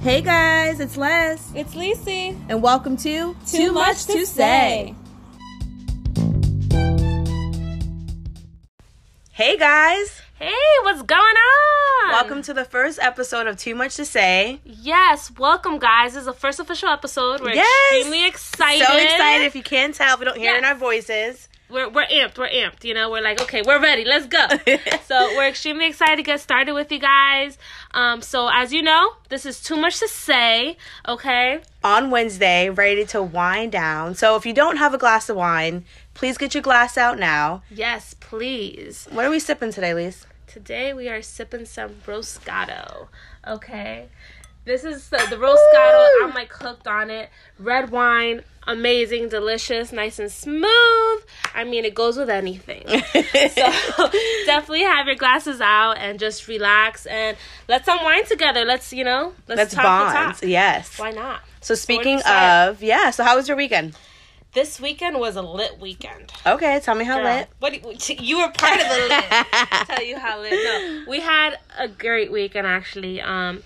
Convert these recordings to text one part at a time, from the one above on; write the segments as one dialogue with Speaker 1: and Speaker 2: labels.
Speaker 1: Hey guys, it's Les,
Speaker 2: It's Lisi.
Speaker 1: and welcome to Too, Hey guys,
Speaker 2: Hey, what's going on?
Speaker 1: welcome to the first episode of Too Much to Say.
Speaker 2: Yes, welcome, guys. This is the first official episode. We're
Speaker 1: Yes!
Speaker 2: extremely excited.
Speaker 1: So excited! If you can tell, if we don't hear it in
Speaker 2: Yes.
Speaker 1: our voices.
Speaker 2: We're, we're amped. We're amped. You know, we're like, okay, we're ready. Let's go. so we're extremely excited to get started with you guys. Um, so as you know, this is too much to say. Okay.
Speaker 1: on Wednesday, ready to wind down. So if you don't have a glass of wine, please get your glass out now.
Speaker 2: Yes, please.
Speaker 1: What are we sipping today, Lise?
Speaker 2: Today we are sipping some Roscato. Okay. This is the, the Roscato. I'm like hooked on it. Red wine, amazing, delicious, nice and smooth. I mean, it goes with anything. so definitely have your glasses out and just relax and let's unwind together. Let's, you know, let's,
Speaker 1: That's
Speaker 2: talk
Speaker 1: bonds.
Speaker 2: the talk.
Speaker 1: Yes.
Speaker 2: Why not?
Speaker 1: So speaking
Speaker 2: excited.
Speaker 1: of, yeah. So how was your weekend?
Speaker 2: This weekend was a lit weekend.
Speaker 1: Okay, tell me how
Speaker 2: Girl,
Speaker 1: lit.
Speaker 2: What do you, you were part of the lit. tell you how lit. No, we had a great weekend actually. Um,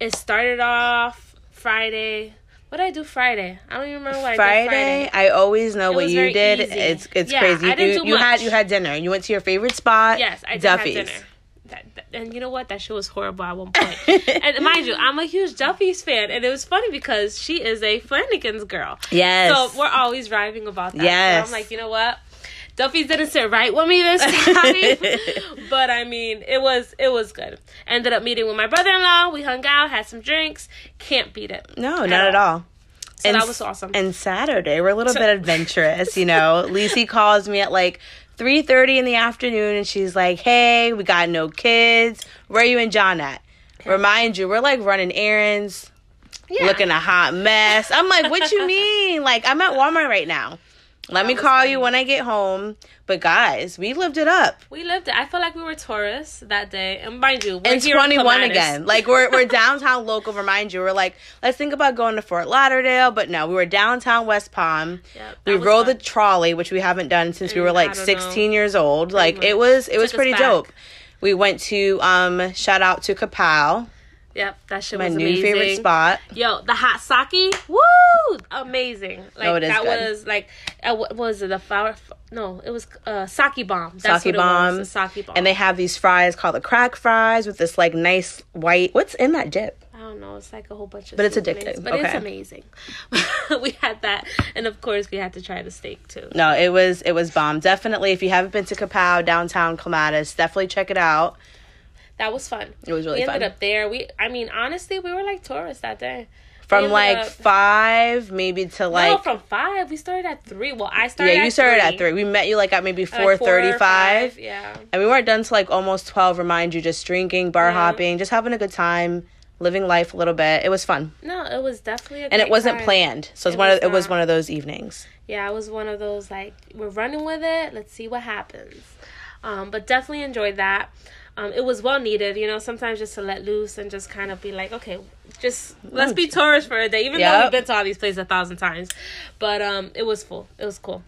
Speaker 2: it started off Friday. What did I do Friday? I don't even remember what I did
Speaker 1: Friday,
Speaker 2: Friday.
Speaker 1: I always know what
Speaker 2: was
Speaker 1: you
Speaker 2: very
Speaker 1: did.
Speaker 2: easy.
Speaker 1: It's it's
Speaker 2: Yeah,
Speaker 1: crazy.
Speaker 2: I didn't
Speaker 1: you
Speaker 2: do
Speaker 1: you had
Speaker 2: much.
Speaker 1: you had dinner. You went to your favorite spot.
Speaker 2: Yes, I did
Speaker 1: Duffy's.
Speaker 2: have dinner. That, that- and you know what? That shit was horrible at one point. and mind you, I'm a huge Duffy's fan, and it was funny because she is a Flanagan's girl.
Speaker 1: Yes.
Speaker 2: So we're always rhyming about that.
Speaker 1: Yes.
Speaker 2: So I'm like, you know what? Duffy's didn't sit right with me this time. but I mean, it was it was good. Ended up meeting with my brother in law. We hung out, had some drinks. Can't beat it.
Speaker 1: no, not at all.
Speaker 2: So
Speaker 1: and
Speaker 2: that
Speaker 1: s-
Speaker 2: was awesome.
Speaker 1: and Saturday we're a little bit adventurous, you know. Lisi calls me at like 3:30 in the afternoon and she's like, "Hey, we got no kids. Where you and John at?" Remind you, we're like running errands,
Speaker 2: yeah.
Speaker 1: looking a hot mess. I'm like, "What you mean? Like I'm at Walmart right now. Let me
Speaker 2: was
Speaker 1: call you when I get home." But guys, we lived it up.
Speaker 2: we lived it. I felt like we were tourists that day. And mind you, we're
Speaker 1: And
Speaker 2: here in
Speaker 1: 21
Speaker 2: Clematis.
Speaker 1: again. Like we're we're downtown local, remind you. We're like, "Let's think about going to Fort Lauderdale," but no, we were downtown West Palm.
Speaker 2: Yep,
Speaker 1: we
Speaker 2: that was
Speaker 1: rode the
Speaker 2: fun.
Speaker 1: trolley which we haven't done since we
Speaker 2: Mm,
Speaker 1: were like
Speaker 2: I don't
Speaker 1: 16 years old like it was it was
Speaker 2: Took us
Speaker 1: pretty
Speaker 2: back.
Speaker 1: dope we went to um shout out to kapow
Speaker 2: Yep, that shit
Speaker 1: my
Speaker 2: was
Speaker 1: new
Speaker 2: amazing.
Speaker 1: favorite spot
Speaker 2: Yo, the hot sake, woo, amazing! Like
Speaker 1: it is
Speaker 2: that
Speaker 1: good.
Speaker 2: was like, uh, what was it? The flower? f- No, it was uh, sake bomb. That's
Speaker 1: Sake
Speaker 2: what
Speaker 1: bomb.
Speaker 2: It was, the sake bomb.
Speaker 1: and they have these fries called the crack fries with this like nice white what's in that dip
Speaker 2: I don't know. It's like a whole bunch of.
Speaker 1: But it's
Speaker 2: seasonings,
Speaker 1: addictive.
Speaker 2: But it's
Speaker 1: Okay.
Speaker 2: amazing. we had that, and of course we had to try the steak too.
Speaker 1: no it was it was bomb definitely if you haven't been to kapow downtown clematis definitely check it out
Speaker 2: That was fun.
Speaker 1: It was really
Speaker 2: We ended
Speaker 1: fun.
Speaker 2: up there. We, I mean, honestly, we were like tourists that day.
Speaker 1: from
Speaker 2: ended
Speaker 1: like
Speaker 2: up-
Speaker 1: five maybe to like
Speaker 2: no, from five. We started at three. Well, I started.
Speaker 1: yeah you
Speaker 2: at
Speaker 1: started at
Speaker 2: three.
Speaker 1: three we met you like at maybe
Speaker 2: At, like,
Speaker 1: 4.35
Speaker 2: or five, Yeah.
Speaker 1: And we weren't done till like almost 12, remind you, just drinking, bar
Speaker 2: Yeah.
Speaker 1: hopping, just having a good time, living life a little bit. It was fun.
Speaker 2: No, it was definitely. A
Speaker 1: And it
Speaker 2: great
Speaker 1: wasn't
Speaker 2: time.
Speaker 1: planned. So it's
Speaker 2: It
Speaker 1: one of,
Speaker 2: was
Speaker 1: it was
Speaker 2: not.
Speaker 1: one of those evenings.
Speaker 2: yeah, I was one of those like we're running with it. Let's see what happens. Um, but definitely enjoyed that. Um, it was well needed, you know. Sometimes just to let loose and just kind of be like, okay, just let's be tourists for a day, even though
Speaker 1: Yep.
Speaker 2: we've been to all these places a thousand times. But um, it was full. It was cool.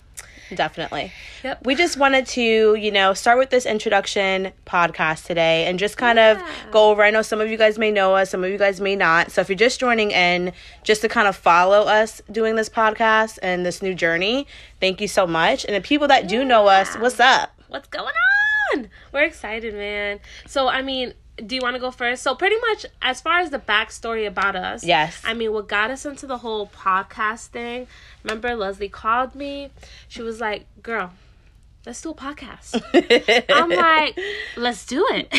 Speaker 1: Definitely.
Speaker 2: Yep.
Speaker 1: We just wanted to, you know, start with this introduction podcast today and just kind
Speaker 2: Yeah.
Speaker 1: of go over. I know some of you guys may know us, some of you guys may not. So if you're just joining in, just to kind of follow us doing this podcast and this new journey, thank you so much. And the people that do know us,
Speaker 2: Yeah.
Speaker 1: what's up?
Speaker 2: what's going on? We're excited, man. So, I mean, do you want to go first? So, pretty much as far as the backstory about us,
Speaker 1: Yes.
Speaker 2: I mean, what got us into the whole podcast thing? Remember, Leslie called me. She was like, "Girl, let's do a podcast." I'm like, "Let's do it."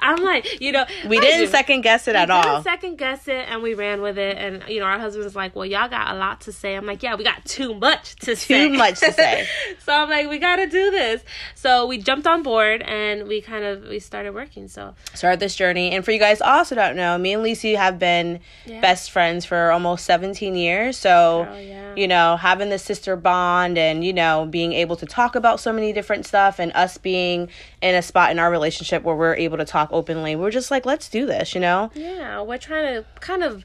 Speaker 2: I'm like, you know,
Speaker 1: we
Speaker 2: mind you,
Speaker 1: didn't second guess it at
Speaker 2: didn't
Speaker 1: all.
Speaker 2: second guess it, and we ran with it. And you know, our husband's like, "Well, y'all got a lot to say." I'm like, "Yeah, we got too much to say.
Speaker 1: much to say.
Speaker 2: so I'm like, "We got to do this." So we jumped on board, and we kind of we started working. So
Speaker 1: start this journey. And for you guys also don't know, me and Lisi have been
Speaker 2: Yeah.
Speaker 1: best friends for almost 17 years. So,
Speaker 2: Girl, yeah.
Speaker 1: you know, having the sister bond and, you know, being able to talk about so many different stuff and us being in a spot in our relationship where we're able to talk openly, we're just like, let's do this, you know?
Speaker 2: yeah, we're trying to kind of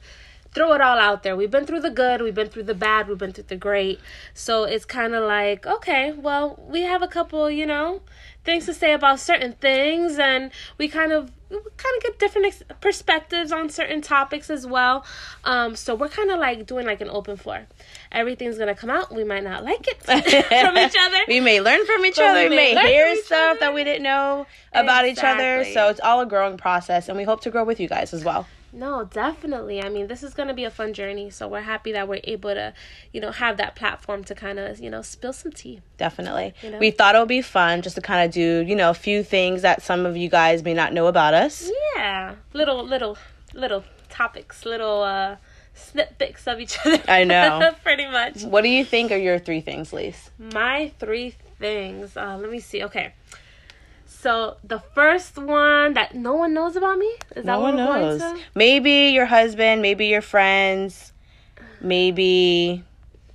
Speaker 2: throw it all out there. We've been through the good, we've been through the bad, we've been through the great. So it's kind of like, okay, well, we have a couple, you know, things to say about certain things, and we kind of we kind of get different ex- perspectives on certain topics as well. Um, so we're kind of like doing like an open floor. Everything's gonna come out. We might not like it from each other.
Speaker 1: we may learn from each
Speaker 2: But
Speaker 1: other.
Speaker 2: we
Speaker 1: We may
Speaker 2: may learn
Speaker 1: hear
Speaker 2: from each
Speaker 1: stuff
Speaker 2: other.
Speaker 1: that we didn't know about each other.
Speaker 2: Exactly.
Speaker 1: So it's all a growing process, and we hope to grow with you guys as well.
Speaker 2: No, definitely. I mean, this is going to be a fun journey, so we're happy that we're able to, you know, have that platform to kind of, you know, spill some tea.
Speaker 1: Definitely.
Speaker 2: know?
Speaker 1: We thought it would be fun just to kind of do, you know, a few things that some of you guys may not know about us.
Speaker 2: Mm-hmm. Yeah. Little little little topics, little uh snippets of each other.
Speaker 1: I know.
Speaker 2: Pretty much.
Speaker 1: What do you think are your three things, Lise?
Speaker 2: My three things. Uh let me see. Okay. So, the first one that no one knows about me? Is that
Speaker 1: No
Speaker 2: what
Speaker 1: one
Speaker 2: we're
Speaker 1: knows.
Speaker 2: going to?
Speaker 1: Maybe your husband, maybe your friends, maybe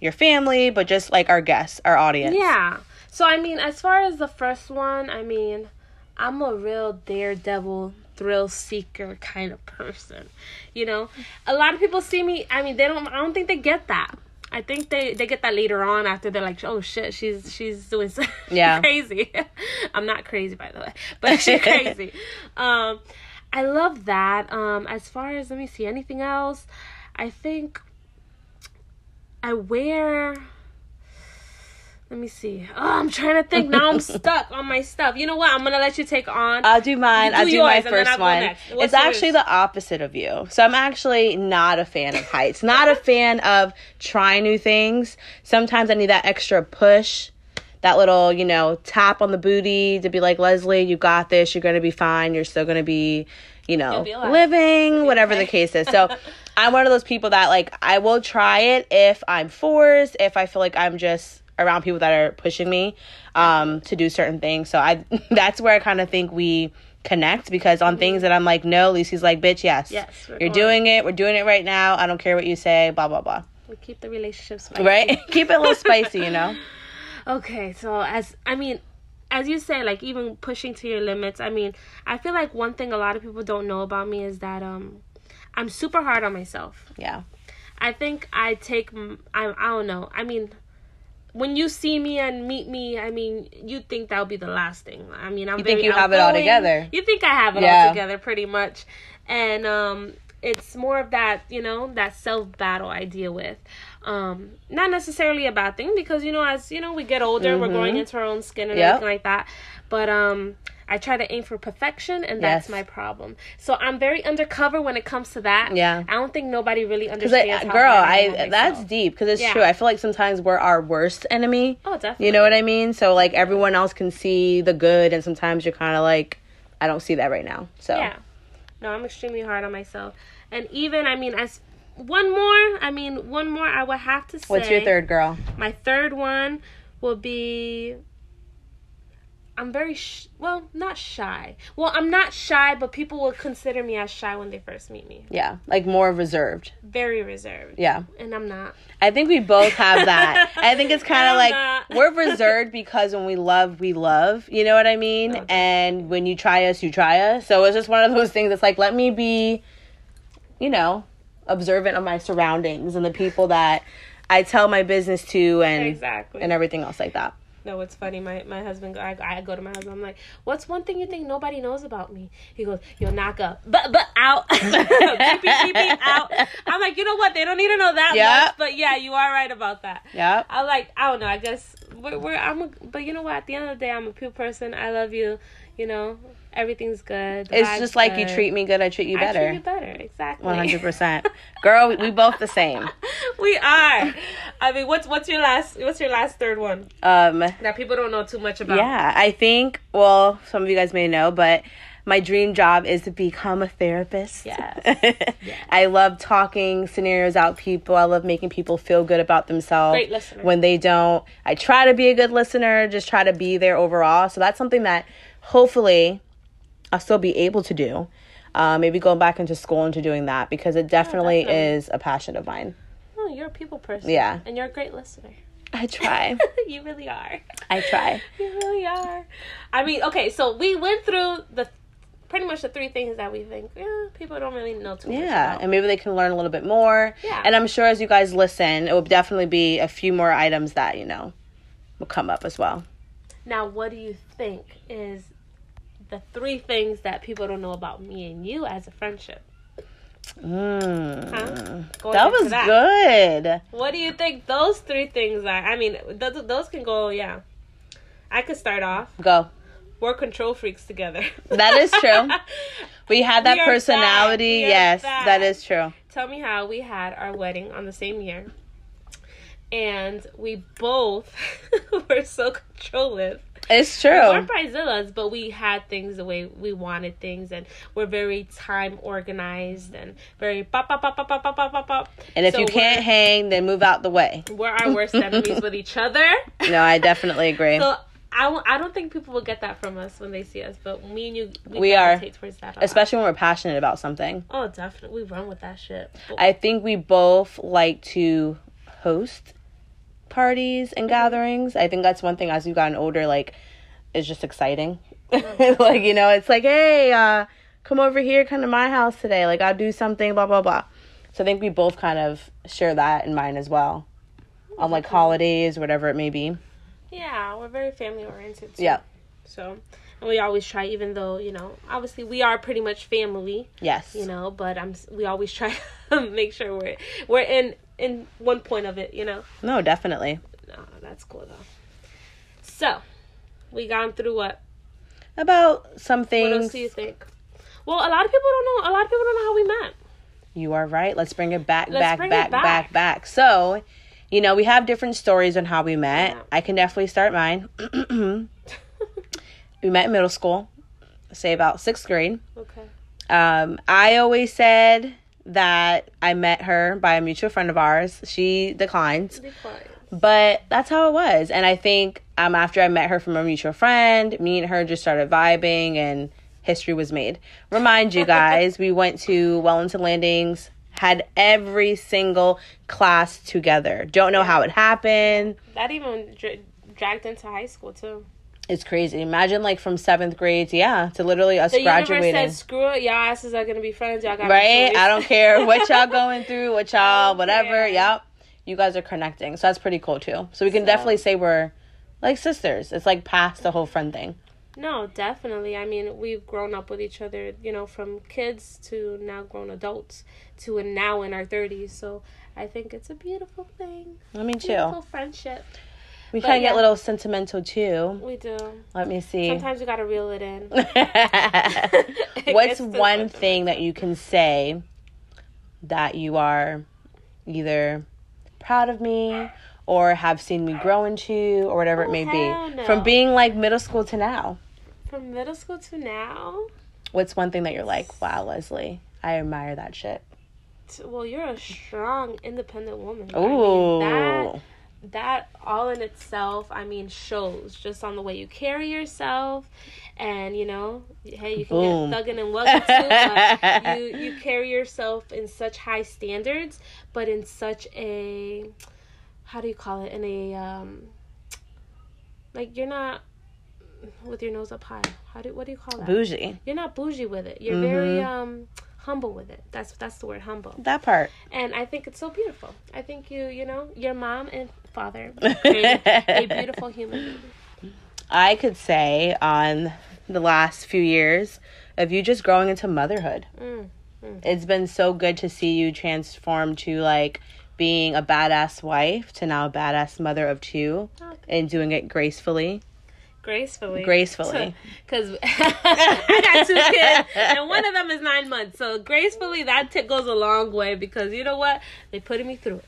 Speaker 1: your family, but just like our guests, our audience.
Speaker 2: Yeah. So I mean, as far as the first one, I mean, I'm a real daredevil thrill seeker kind of person. You know, a lot of people see me. I mean, they don't. I don't think they get that. I think they they get that later on after they're like, oh shit, she's she's doing so
Speaker 1: Yeah.
Speaker 2: crazy. I'm not crazy by the way, but she's crazy. um, I love that. Um, as far as let me see anything else, I think I wear. Let me see. Oh, I'm trying to think. Now I'm stuck on my stuff. You know what? I'm gonna let you take on.
Speaker 1: I'll do mine.
Speaker 2: You do
Speaker 1: I'll do
Speaker 2: yours,
Speaker 1: my
Speaker 2: and then I'll
Speaker 1: first
Speaker 2: go
Speaker 1: one.
Speaker 2: next. What's
Speaker 1: It's actually
Speaker 2: yours?
Speaker 1: the opposite of you. So I'm actually not a fan of heights. Not a fan of trying new things. Sometimes I need that extra push, that little, you know, tap on the booty to be like, Leslie, you got this. You're going to be fine. You're still going to be, you know,
Speaker 2: be alive.
Speaker 1: living, whatever the case is. So I'm one of those people that, like, I will try it if I'm forced, if I feel like I'm just around people that are pushing me um, to do certain things. So I that's where I kind of think we connect because on things that I'm like, no, Lucy's like, bitch, yes.
Speaker 2: Mm-hmm. Yes, we're
Speaker 1: You're
Speaker 2: going."
Speaker 1: doing it. We're doing it right now. I don't care what you say, blah, blah, blah.
Speaker 2: we keep the relationships
Speaker 1: Right? Keep it a little spicy, you know?
Speaker 2: Okay, so as I mean, as you say, like even pushing to your limits. I mean, I feel like one thing a lot of people don't know about me is that um, I'm super hard on myself.
Speaker 1: Yeah.
Speaker 2: I think I take m- I I don't know. I mean, when you see me and meet me, I mean, you think that'll be the last thing. I mean, I'm
Speaker 1: think
Speaker 2: very
Speaker 1: you have it all
Speaker 2: outgoing.
Speaker 1: together.
Speaker 2: You think I have it
Speaker 1: Yeah.
Speaker 2: all together pretty much. And um it's more of that, you know, that self battle I deal with. Um not necessarily a bad thing because you know as you know we get older, we're growing into our own skin and
Speaker 1: Mm-hmm. Yep.
Speaker 2: everything like that. But um I try to aim for perfection, and that's
Speaker 1: Yes.
Speaker 2: my problem. So I'm very undercover when it comes to that.
Speaker 1: Yeah.
Speaker 2: I don't think nobody really understands.
Speaker 1: Cause I,
Speaker 2: Understands how
Speaker 1: uh, girl,
Speaker 2: hard am
Speaker 1: I
Speaker 2: on
Speaker 1: that's
Speaker 2: myself.
Speaker 1: deep because it's
Speaker 2: Yeah.
Speaker 1: true. I feel like sometimes we're our worst enemy.
Speaker 2: oh definitely.
Speaker 1: You know what I mean? So like everyone else can see the good, and sometimes you're kind of like, I don't see that right now. So
Speaker 2: Yeah. No, I'm extremely hard on myself, and even I mean as one more. I mean one more. I would have to say.
Speaker 1: what's your third girl?
Speaker 2: My third one will be. I'm very sh- well, not shy. Well, I'm not shy, but people will consider me as shy when they first meet me.
Speaker 1: Yeah, like more reserved.
Speaker 2: Very reserved,
Speaker 1: Yeah.
Speaker 2: and I'm not.
Speaker 1: I think we both have that. I think it's kind
Speaker 2: I'm
Speaker 1: of like
Speaker 2: not.
Speaker 1: we're reserved because when we love, we love. You know what I mean?
Speaker 2: No,
Speaker 1: and when you try us, you try us. So it's just one of those things that's like, let me be, you know, observant of my surroundings and the people that I tell my business to and
Speaker 2: Exactly.
Speaker 1: and everything else like that.
Speaker 2: No, it's funny. My my husband, go- I, I go to my husband. I'm like, "What's one thing you think nobody knows about me?" He goes, "You'll knock up, but but out, beep, beep, beep, beep, out." I'm like, you know what? They don't need to know that
Speaker 1: Yeah.
Speaker 2: much. But yeah, you are right about that.
Speaker 1: Yeah.
Speaker 2: I like. I don't know. I guess we're, we're I'm a. But you know what? At the end of the day, I'm a pure person. I love you. You know, everything's good. The
Speaker 1: It's
Speaker 2: vibe's
Speaker 1: just like you
Speaker 2: good.
Speaker 1: treat me good, I treat you
Speaker 2: I treat
Speaker 1: better.
Speaker 2: you better. Exactly.
Speaker 1: One hundred percent, girl. we- We both the same.
Speaker 2: we are. I mean, what's what's your last what's your last third one
Speaker 1: Um,
Speaker 2: that people don't know too much about?
Speaker 1: Yeah, I think, well, some of you guys may know, but my dream job is to become a therapist.
Speaker 2: Yes.
Speaker 1: I love talking scenarios out people. I love making people feel good about themselves
Speaker 2: Great listener.
Speaker 1: when they don't. I try to be a good listener, just try to be there overall. So that's something that hopefully I'll still be able to do. Uh, maybe going back into school into doing that because it definitely,
Speaker 2: definitely.
Speaker 1: is a passion of mine.
Speaker 2: Oh, you're a people person.
Speaker 1: Yeah.
Speaker 2: And you're a great listener.
Speaker 1: I try.
Speaker 2: you really are.
Speaker 1: I try.
Speaker 2: You really are. I mean, okay, so we went through the pretty much the three things that we think yeah, people don't really know too much
Speaker 1: Yeah,
Speaker 2: about.
Speaker 1: and maybe they can learn a little bit more.
Speaker 2: Yeah.
Speaker 1: And I'm sure as you guys listen, it will definitely be a few more items that, you know, will come up as well.
Speaker 2: Now, what do you think is the three things that people don't know about me and you as a friendship?
Speaker 1: Mm.
Speaker 2: Huh? Go
Speaker 1: That
Speaker 2: into
Speaker 1: was good.
Speaker 2: What do you think those three things are? I mean, th- those can go, yeah. I could start off.
Speaker 1: Go.
Speaker 2: We're control freaks together.
Speaker 1: That is true. We had that
Speaker 2: We are fat.
Speaker 1: personality.
Speaker 2: We are
Speaker 1: Yes,
Speaker 2: fat.
Speaker 1: that is true.
Speaker 2: Tell me how we had our wedding on the same year. And we both were so controlling.
Speaker 1: It's
Speaker 2: We
Speaker 1: true.
Speaker 2: weren't prizillas, but we had things the way we wanted things, and we're very time organized and very pop, pop, pop, pop, pop, pop, pop, pop, pop.
Speaker 1: And if
Speaker 2: So
Speaker 1: you can't hang, then move out the way.
Speaker 2: we're, we're our worst enemies with each other.
Speaker 1: No, I definitely agree.
Speaker 2: So I, w- I don't think people will get that from us when they see us, but me and you, we,
Speaker 1: We are.
Speaker 2: gravitate towards that. a lot.
Speaker 1: Especially when we're passionate about something.
Speaker 2: Oh, definitely, we run with that shit. But
Speaker 1: I think we both like to host parties
Speaker 2: Mm-hmm.
Speaker 1: and gatherings. I think that's one thing as we've gotten older, like, is just exciting.
Speaker 2: Mm-hmm.
Speaker 1: like, you know, it's like, hey, uh, come over here, come to my house today. Like, I'll do something, blah, blah, blah. So I think we both kind of share that in mind as well on like holidays, whatever it may be.
Speaker 2: yeah, we're very family oriented. too.
Speaker 1: Yeah.
Speaker 2: So, and we always try, even though you know, obviously we are pretty much family.
Speaker 1: Yes.
Speaker 2: you know but i'm we always try to make sure we're we're in in one point of it you know
Speaker 1: No, definitely.
Speaker 2: no that's cool though so we gone through what
Speaker 1: About some
Speaker 2: what
Speaker 1: things.
Speaker 2: else do you think well a lot of people don't know a lot of people don't know how we met
Speaker 1: You are right. Let's bring it back,
Speaker 2: Let's
Speaker 1: back,
Speaker 2: bring it
Speaker 1: back, back,
Speaker 2: back.
Speaker 1: back, So, you know, we have different stories on how we met.
Speaker 2: Yeah.
Speaker 1: I can definitely start mine. we met in middle school, say about sixth grade.
Speaker 2: okay
Speaker 1: Um, I always said that I met her by a mutual friend of ours. She declined, but that's how it was. And I think um, after I met her from a mutual friend, me and her just started vibing and history was made. Remind you guys, we went to Wellington Landings, had every single class together. Don't know how it happened.
Speaker 2: that even dra- dragged into high school too
Speaker 1: It's crazy. Imagine like from seventh grade, yeah, to literally us
Speaker 2: the
Speaker 1: graduating.
Speaker 2: universe said screw it y'all asses are gonna be friends y'all got
Speaker 1: right? I don't care what y'all going through, what y'all, whatever.
Speaker 2: Okay.
Speaker 1: Yep. You guys are connecting. So that's pretty cool too. So we can definitely say we're like sisters. It's like past the whole friend thing.
Speaker 2: no definitely i mean we've grown up with each other you know from kids to now grown adults to and now in our 30s so i think it's a beautiful thing
Speaker 1: Let me
Speaker 2: Beautiful
Speaker 1: chill.
Speaker 2: friendship.
Speaker 1: We
Speaker 2: But
Speaker 1: kind of
Speaker 2: yeah.
Speaker 1: get a little sentimental too.
Speaker 2: We do.
Speaker 1: Let me see.
Speaker 2: Sometimes you gotta reel it in. It gets
Speaker 1: What's
Speaker 2: to
Speaker 1: one
Speaker 2: the-
Speaker 1: thing that you can say that you are either proud of me or have seen me grow into or whatever it
Speaker 2: Oh,
Speaker 1: may be
Speaker 2: hell no.
Speaker 1: from being like middle school to now?
Speaker 2: From middle school to now,
Speaker 1: What's one thing that you're like, wow, Leslie, I admire that shit.
Speaker 2: t- well, you're a strong, independent woman. I mean,
Speaker 1: Ooh,
Speaker 2: that that all in itself, I mean, shows just on the way you carry yourself, and you know, hey, you can
Speaker 1: Boom.
Speaker 2: get thugging and wugging too, but you you carry yourself in such high standards, but in such a how do you call it? In a um, like you're not with your nose up high. How do what do you call that?
Speaker 1: bougie.
Speaker 2: you're not bougie with it. You're very um humble with it. That's that's the word humble.
Speaker 1: That part.
Speaker 2: And I think it's so beautiful. I think you you know your mom and father created a beautiful human being.
Speaker 1: I could say on the last few years of you just growing into motherhood.
Speaker 2: Mm,
Speaker 1: It's been so good to see you transform to like being a badass wife to now a badass mother of two and doing it gracefully.
Speaker 2: Gracefully.
Speaker 1: Gracefully.
Speaker 2: Because I got two kids, and one of them is nine months. So gracefully, that tip goes a long way because you know what? They're putting me through it.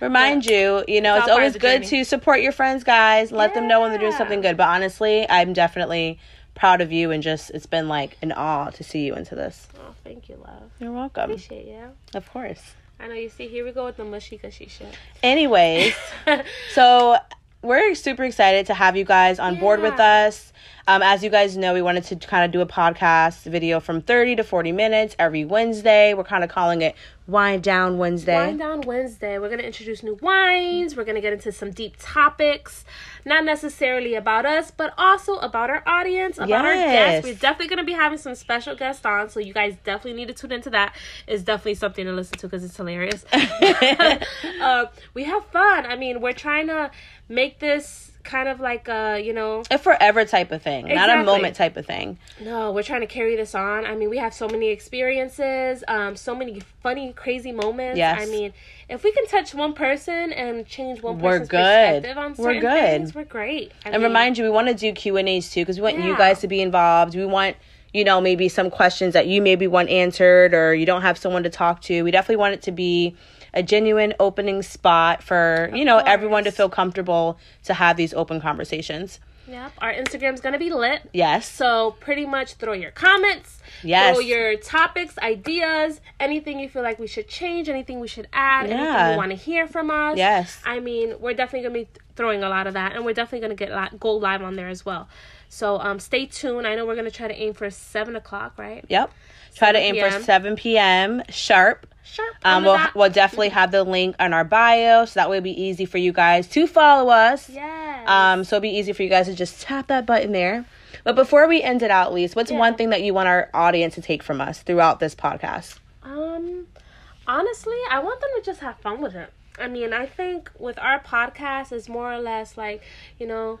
Speaker 1: Remind you, you know, it's,
Speaker 2: It's all part
Speaker 1: always
Speaker 2: of the
Speaker 1: good to
Speaker 2: journey.
Speaker 1: support your friends, guys, and let them know when they're doing
Speaker 2: Yeah.
Speaker 1: something good. But honestly, I'm definitely proud of you and just it's been like an awe to see you into this.
Speaker 2: Oh, thank you, love.
Speaker 1: You're welcome.
Speaker 2: Appreciate you.
Speaker 1: Of course.
Speaker 2: I know you see. Here we go with the mushy gushy shit.
Speaker 1: Anyways, So we're super excited to have you guys on board with
Speaker 2: Yeah.
Speaker 1: us. Um, as you guys know, we wanted to kind of do a podcast video from 30 to 40 minutes every Wednesday. We're kind of calling it Wind Down Wednesday.
Speaker 2: Wine Down Wednesday, we're going to introduce new wines. We're going to get into some deep topics, not necessarily about us, but also about our audience, about our
Speaker 1: Yes.
Speaker 2: guests. We're definitely going to be having some special guests on, so you guys definitely need to tune into that. It's definitely something to listen to because it's hilarious. uh, we have fun. I mean, we're trying to make this kind of like a you know
Speaker 1: a forever type of thing, not a
Speaker 2: Exactly.
Speaker 1: moment type of thing.
Speaker 2: no we're trying to carry this on i mean we have so many experiences um so many funny crazy moments
Speaker 1: Yes.
Speaker 2: i mean if we can touch one person and change one
Speaker 1: We're
Speaker 2: person's
Speaker 1: good.
Speaker 2: perspective on
Speaker 1: We're
Speaker 2: certain
Speaker 1: good.
Speaker 2: things we're great I
Speaker 1: And
Speaker 2: mean,
Speaker 1: remind you, we want to do Q and A's too, because we want you
Speaker 2: Yeah.
Speaker 1: guys to be involved. We want you know maybe some questions that you maybe want answered, or you don't have someone to talk to. We definitely want it to be a genuine opening spot for you know everyone to
Speaker 2: course.
Speaker 1: feel comfortable to have these open conversations.
Speaker 2: yep our instagram's gonna be lit
Speaker 1: Yes.
Speaker 2: So pretty much throw your comments,
Speaker 1: Yes.
Speaker 2: throw your topics, ideas, anything you feel like we should change, anything we should add, anything
Speaker 1: Yeah.
Speaker 2: you want to hear from us.
Speaker 1: Yes.
Speaker 2: I mean, we're definitely gonna be th- throwing a lot of that, and we're definitely gonna get li- go live on there as well. So um, stay tuned. I know we're gonna try to aim for seven o'clock, right?
Speaker 1: Yep. Try to
Speaker 2: 7
Speaker 1: aim for
Speaker 2: p.m..
Speaker 1: 7 p.m. sharp.
Speaker 2: Sharp. on
Speaker 1: Um,
Speaker 2: the
Speaker 1: we'll,
Speaker 2: dot.
Speaker 1: we'll definitely have the link on our bio, so that way it'll be easy for you guys to follow us.
Speaker 2: Yes.
Speaker 1: Um, so it'll be easy for you guys to just tap that button there. But before we end it out, Lise, what's
Speaker 2: Yeah.
Speaker 1: one thing that you want our audience to take from us throughout this podcast?
Speaker 2: Um, honestly, I want them to just have fun with it. I mean, I think with our podcast, it's more or less like, you know,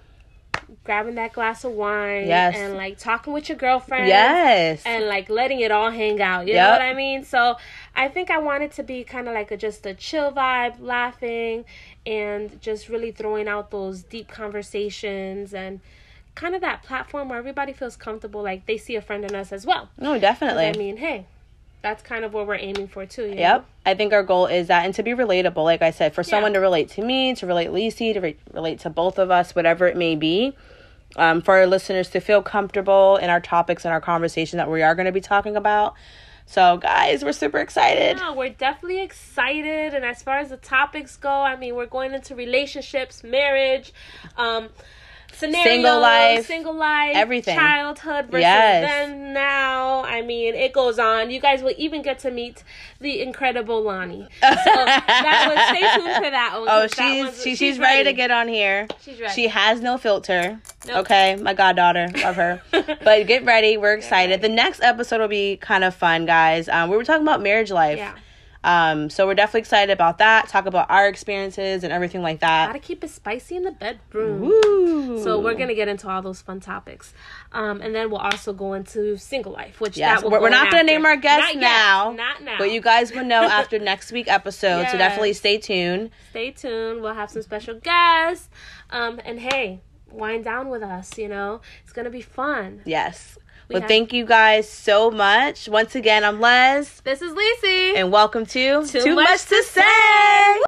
Speaker 2: grabbing that glass of wine
Speaker 1: Yes.
Speaker 2: and like talking with your girlfriend.
Speaker 1: Yes.
Speaker 2: And like letting it all hang out. You know
Speaker 1: Yep.
Speaker 2: what I mean? So I think I want it to be kind of like a, just a chill vibe, laughing, and just really throwing out those deep conversations and kind of that platform where everybody feels comfortable, like they see a friend in us as well.
Speaker 1: no, definitely.
Speaker 2: I mean, hey, that's kind of what we're aiming for too. you know?
Speaker 1: Mm-hmm. Yep. I think our goal is that, and to be relatable, like I said, for someone to
Speaker 2: Yeah.
Speaker 1: relate to me, to relate Lisi, to re- relate to both of us, whatever it may be, um, for our listeners to feel comfortable in our topics and our conversation that we are going to be talking about. So, guys, we're super excited.
Speaker 2: Yeah, we're definitely excited. And as far as the topics go, I mean, we're going into relationships, marriage, um, scenarios,
Speaker 1: life,
Speaker 2: single life,
Speaker 1: everything.
Speaker 2: childhood versus
Speaker 1: Yes.
Speaker 2: then now. I mean, it goes on. You guys will even get to meet the incredible Lonnie. So that was, stay tuned for that one.
Speaker 1: Oh,
Speaker 2: 'cause that
Speaker 1: she's
Speaker 2: one's-
Speaker 1: she, she's, ready. to get on here.
Speaker 2: She's ready.
Speaker 1: She has no filter.
Speaker 2: Nope.
Speaker 1: Okay, my goddaughter, love her. but get ready, we're excited. The next episode will be kind of fun, guys. Um, we were talking about marriage life.
Speaker 2: Yeah.
Speaker 1: Um, so we're definitely excited about that. Talk about our experiences and everything like
Speaker 2: Gotta
Speaker 1: that.
Speaker 2: keep it spicy in the bedroom.
Speaker 1: Woo!
Speaker 2: So we're gonna get into all those fun topics, um, and then we'll also go into single life, which
Speaker 1: Yes,
Speaker 2: that will
Speaker 1: we're,
Speaker 2: go
Speaker 1: we're not
Speaker 2: in
Speaker 1: gonna
Speaker 2: after.
Speaker 1: name our guests
Speaker 2: Not yet.
Speaker 1: now.
Speaker 2: not now.
Speaker 1: But you guys will know after next week episode. So definitely
Speaker 2: Yes.
Speaker 1: stay tuned.
Speaker 2: stay tuned. We'll have some special guests, um, and hey, wind down with us. You know, it's gonna be fun.
Speaker 1: Yes.
Speaker 2: We
Speaker 1: well,
Speaker 2: have-
Speaker 1: thank you guys so much. Once again, I'm Les,
Speaker 2: This is Lisi.
Speaker 1: and welcome to
Speaker 2: Too Much to
Speaker 1: Say.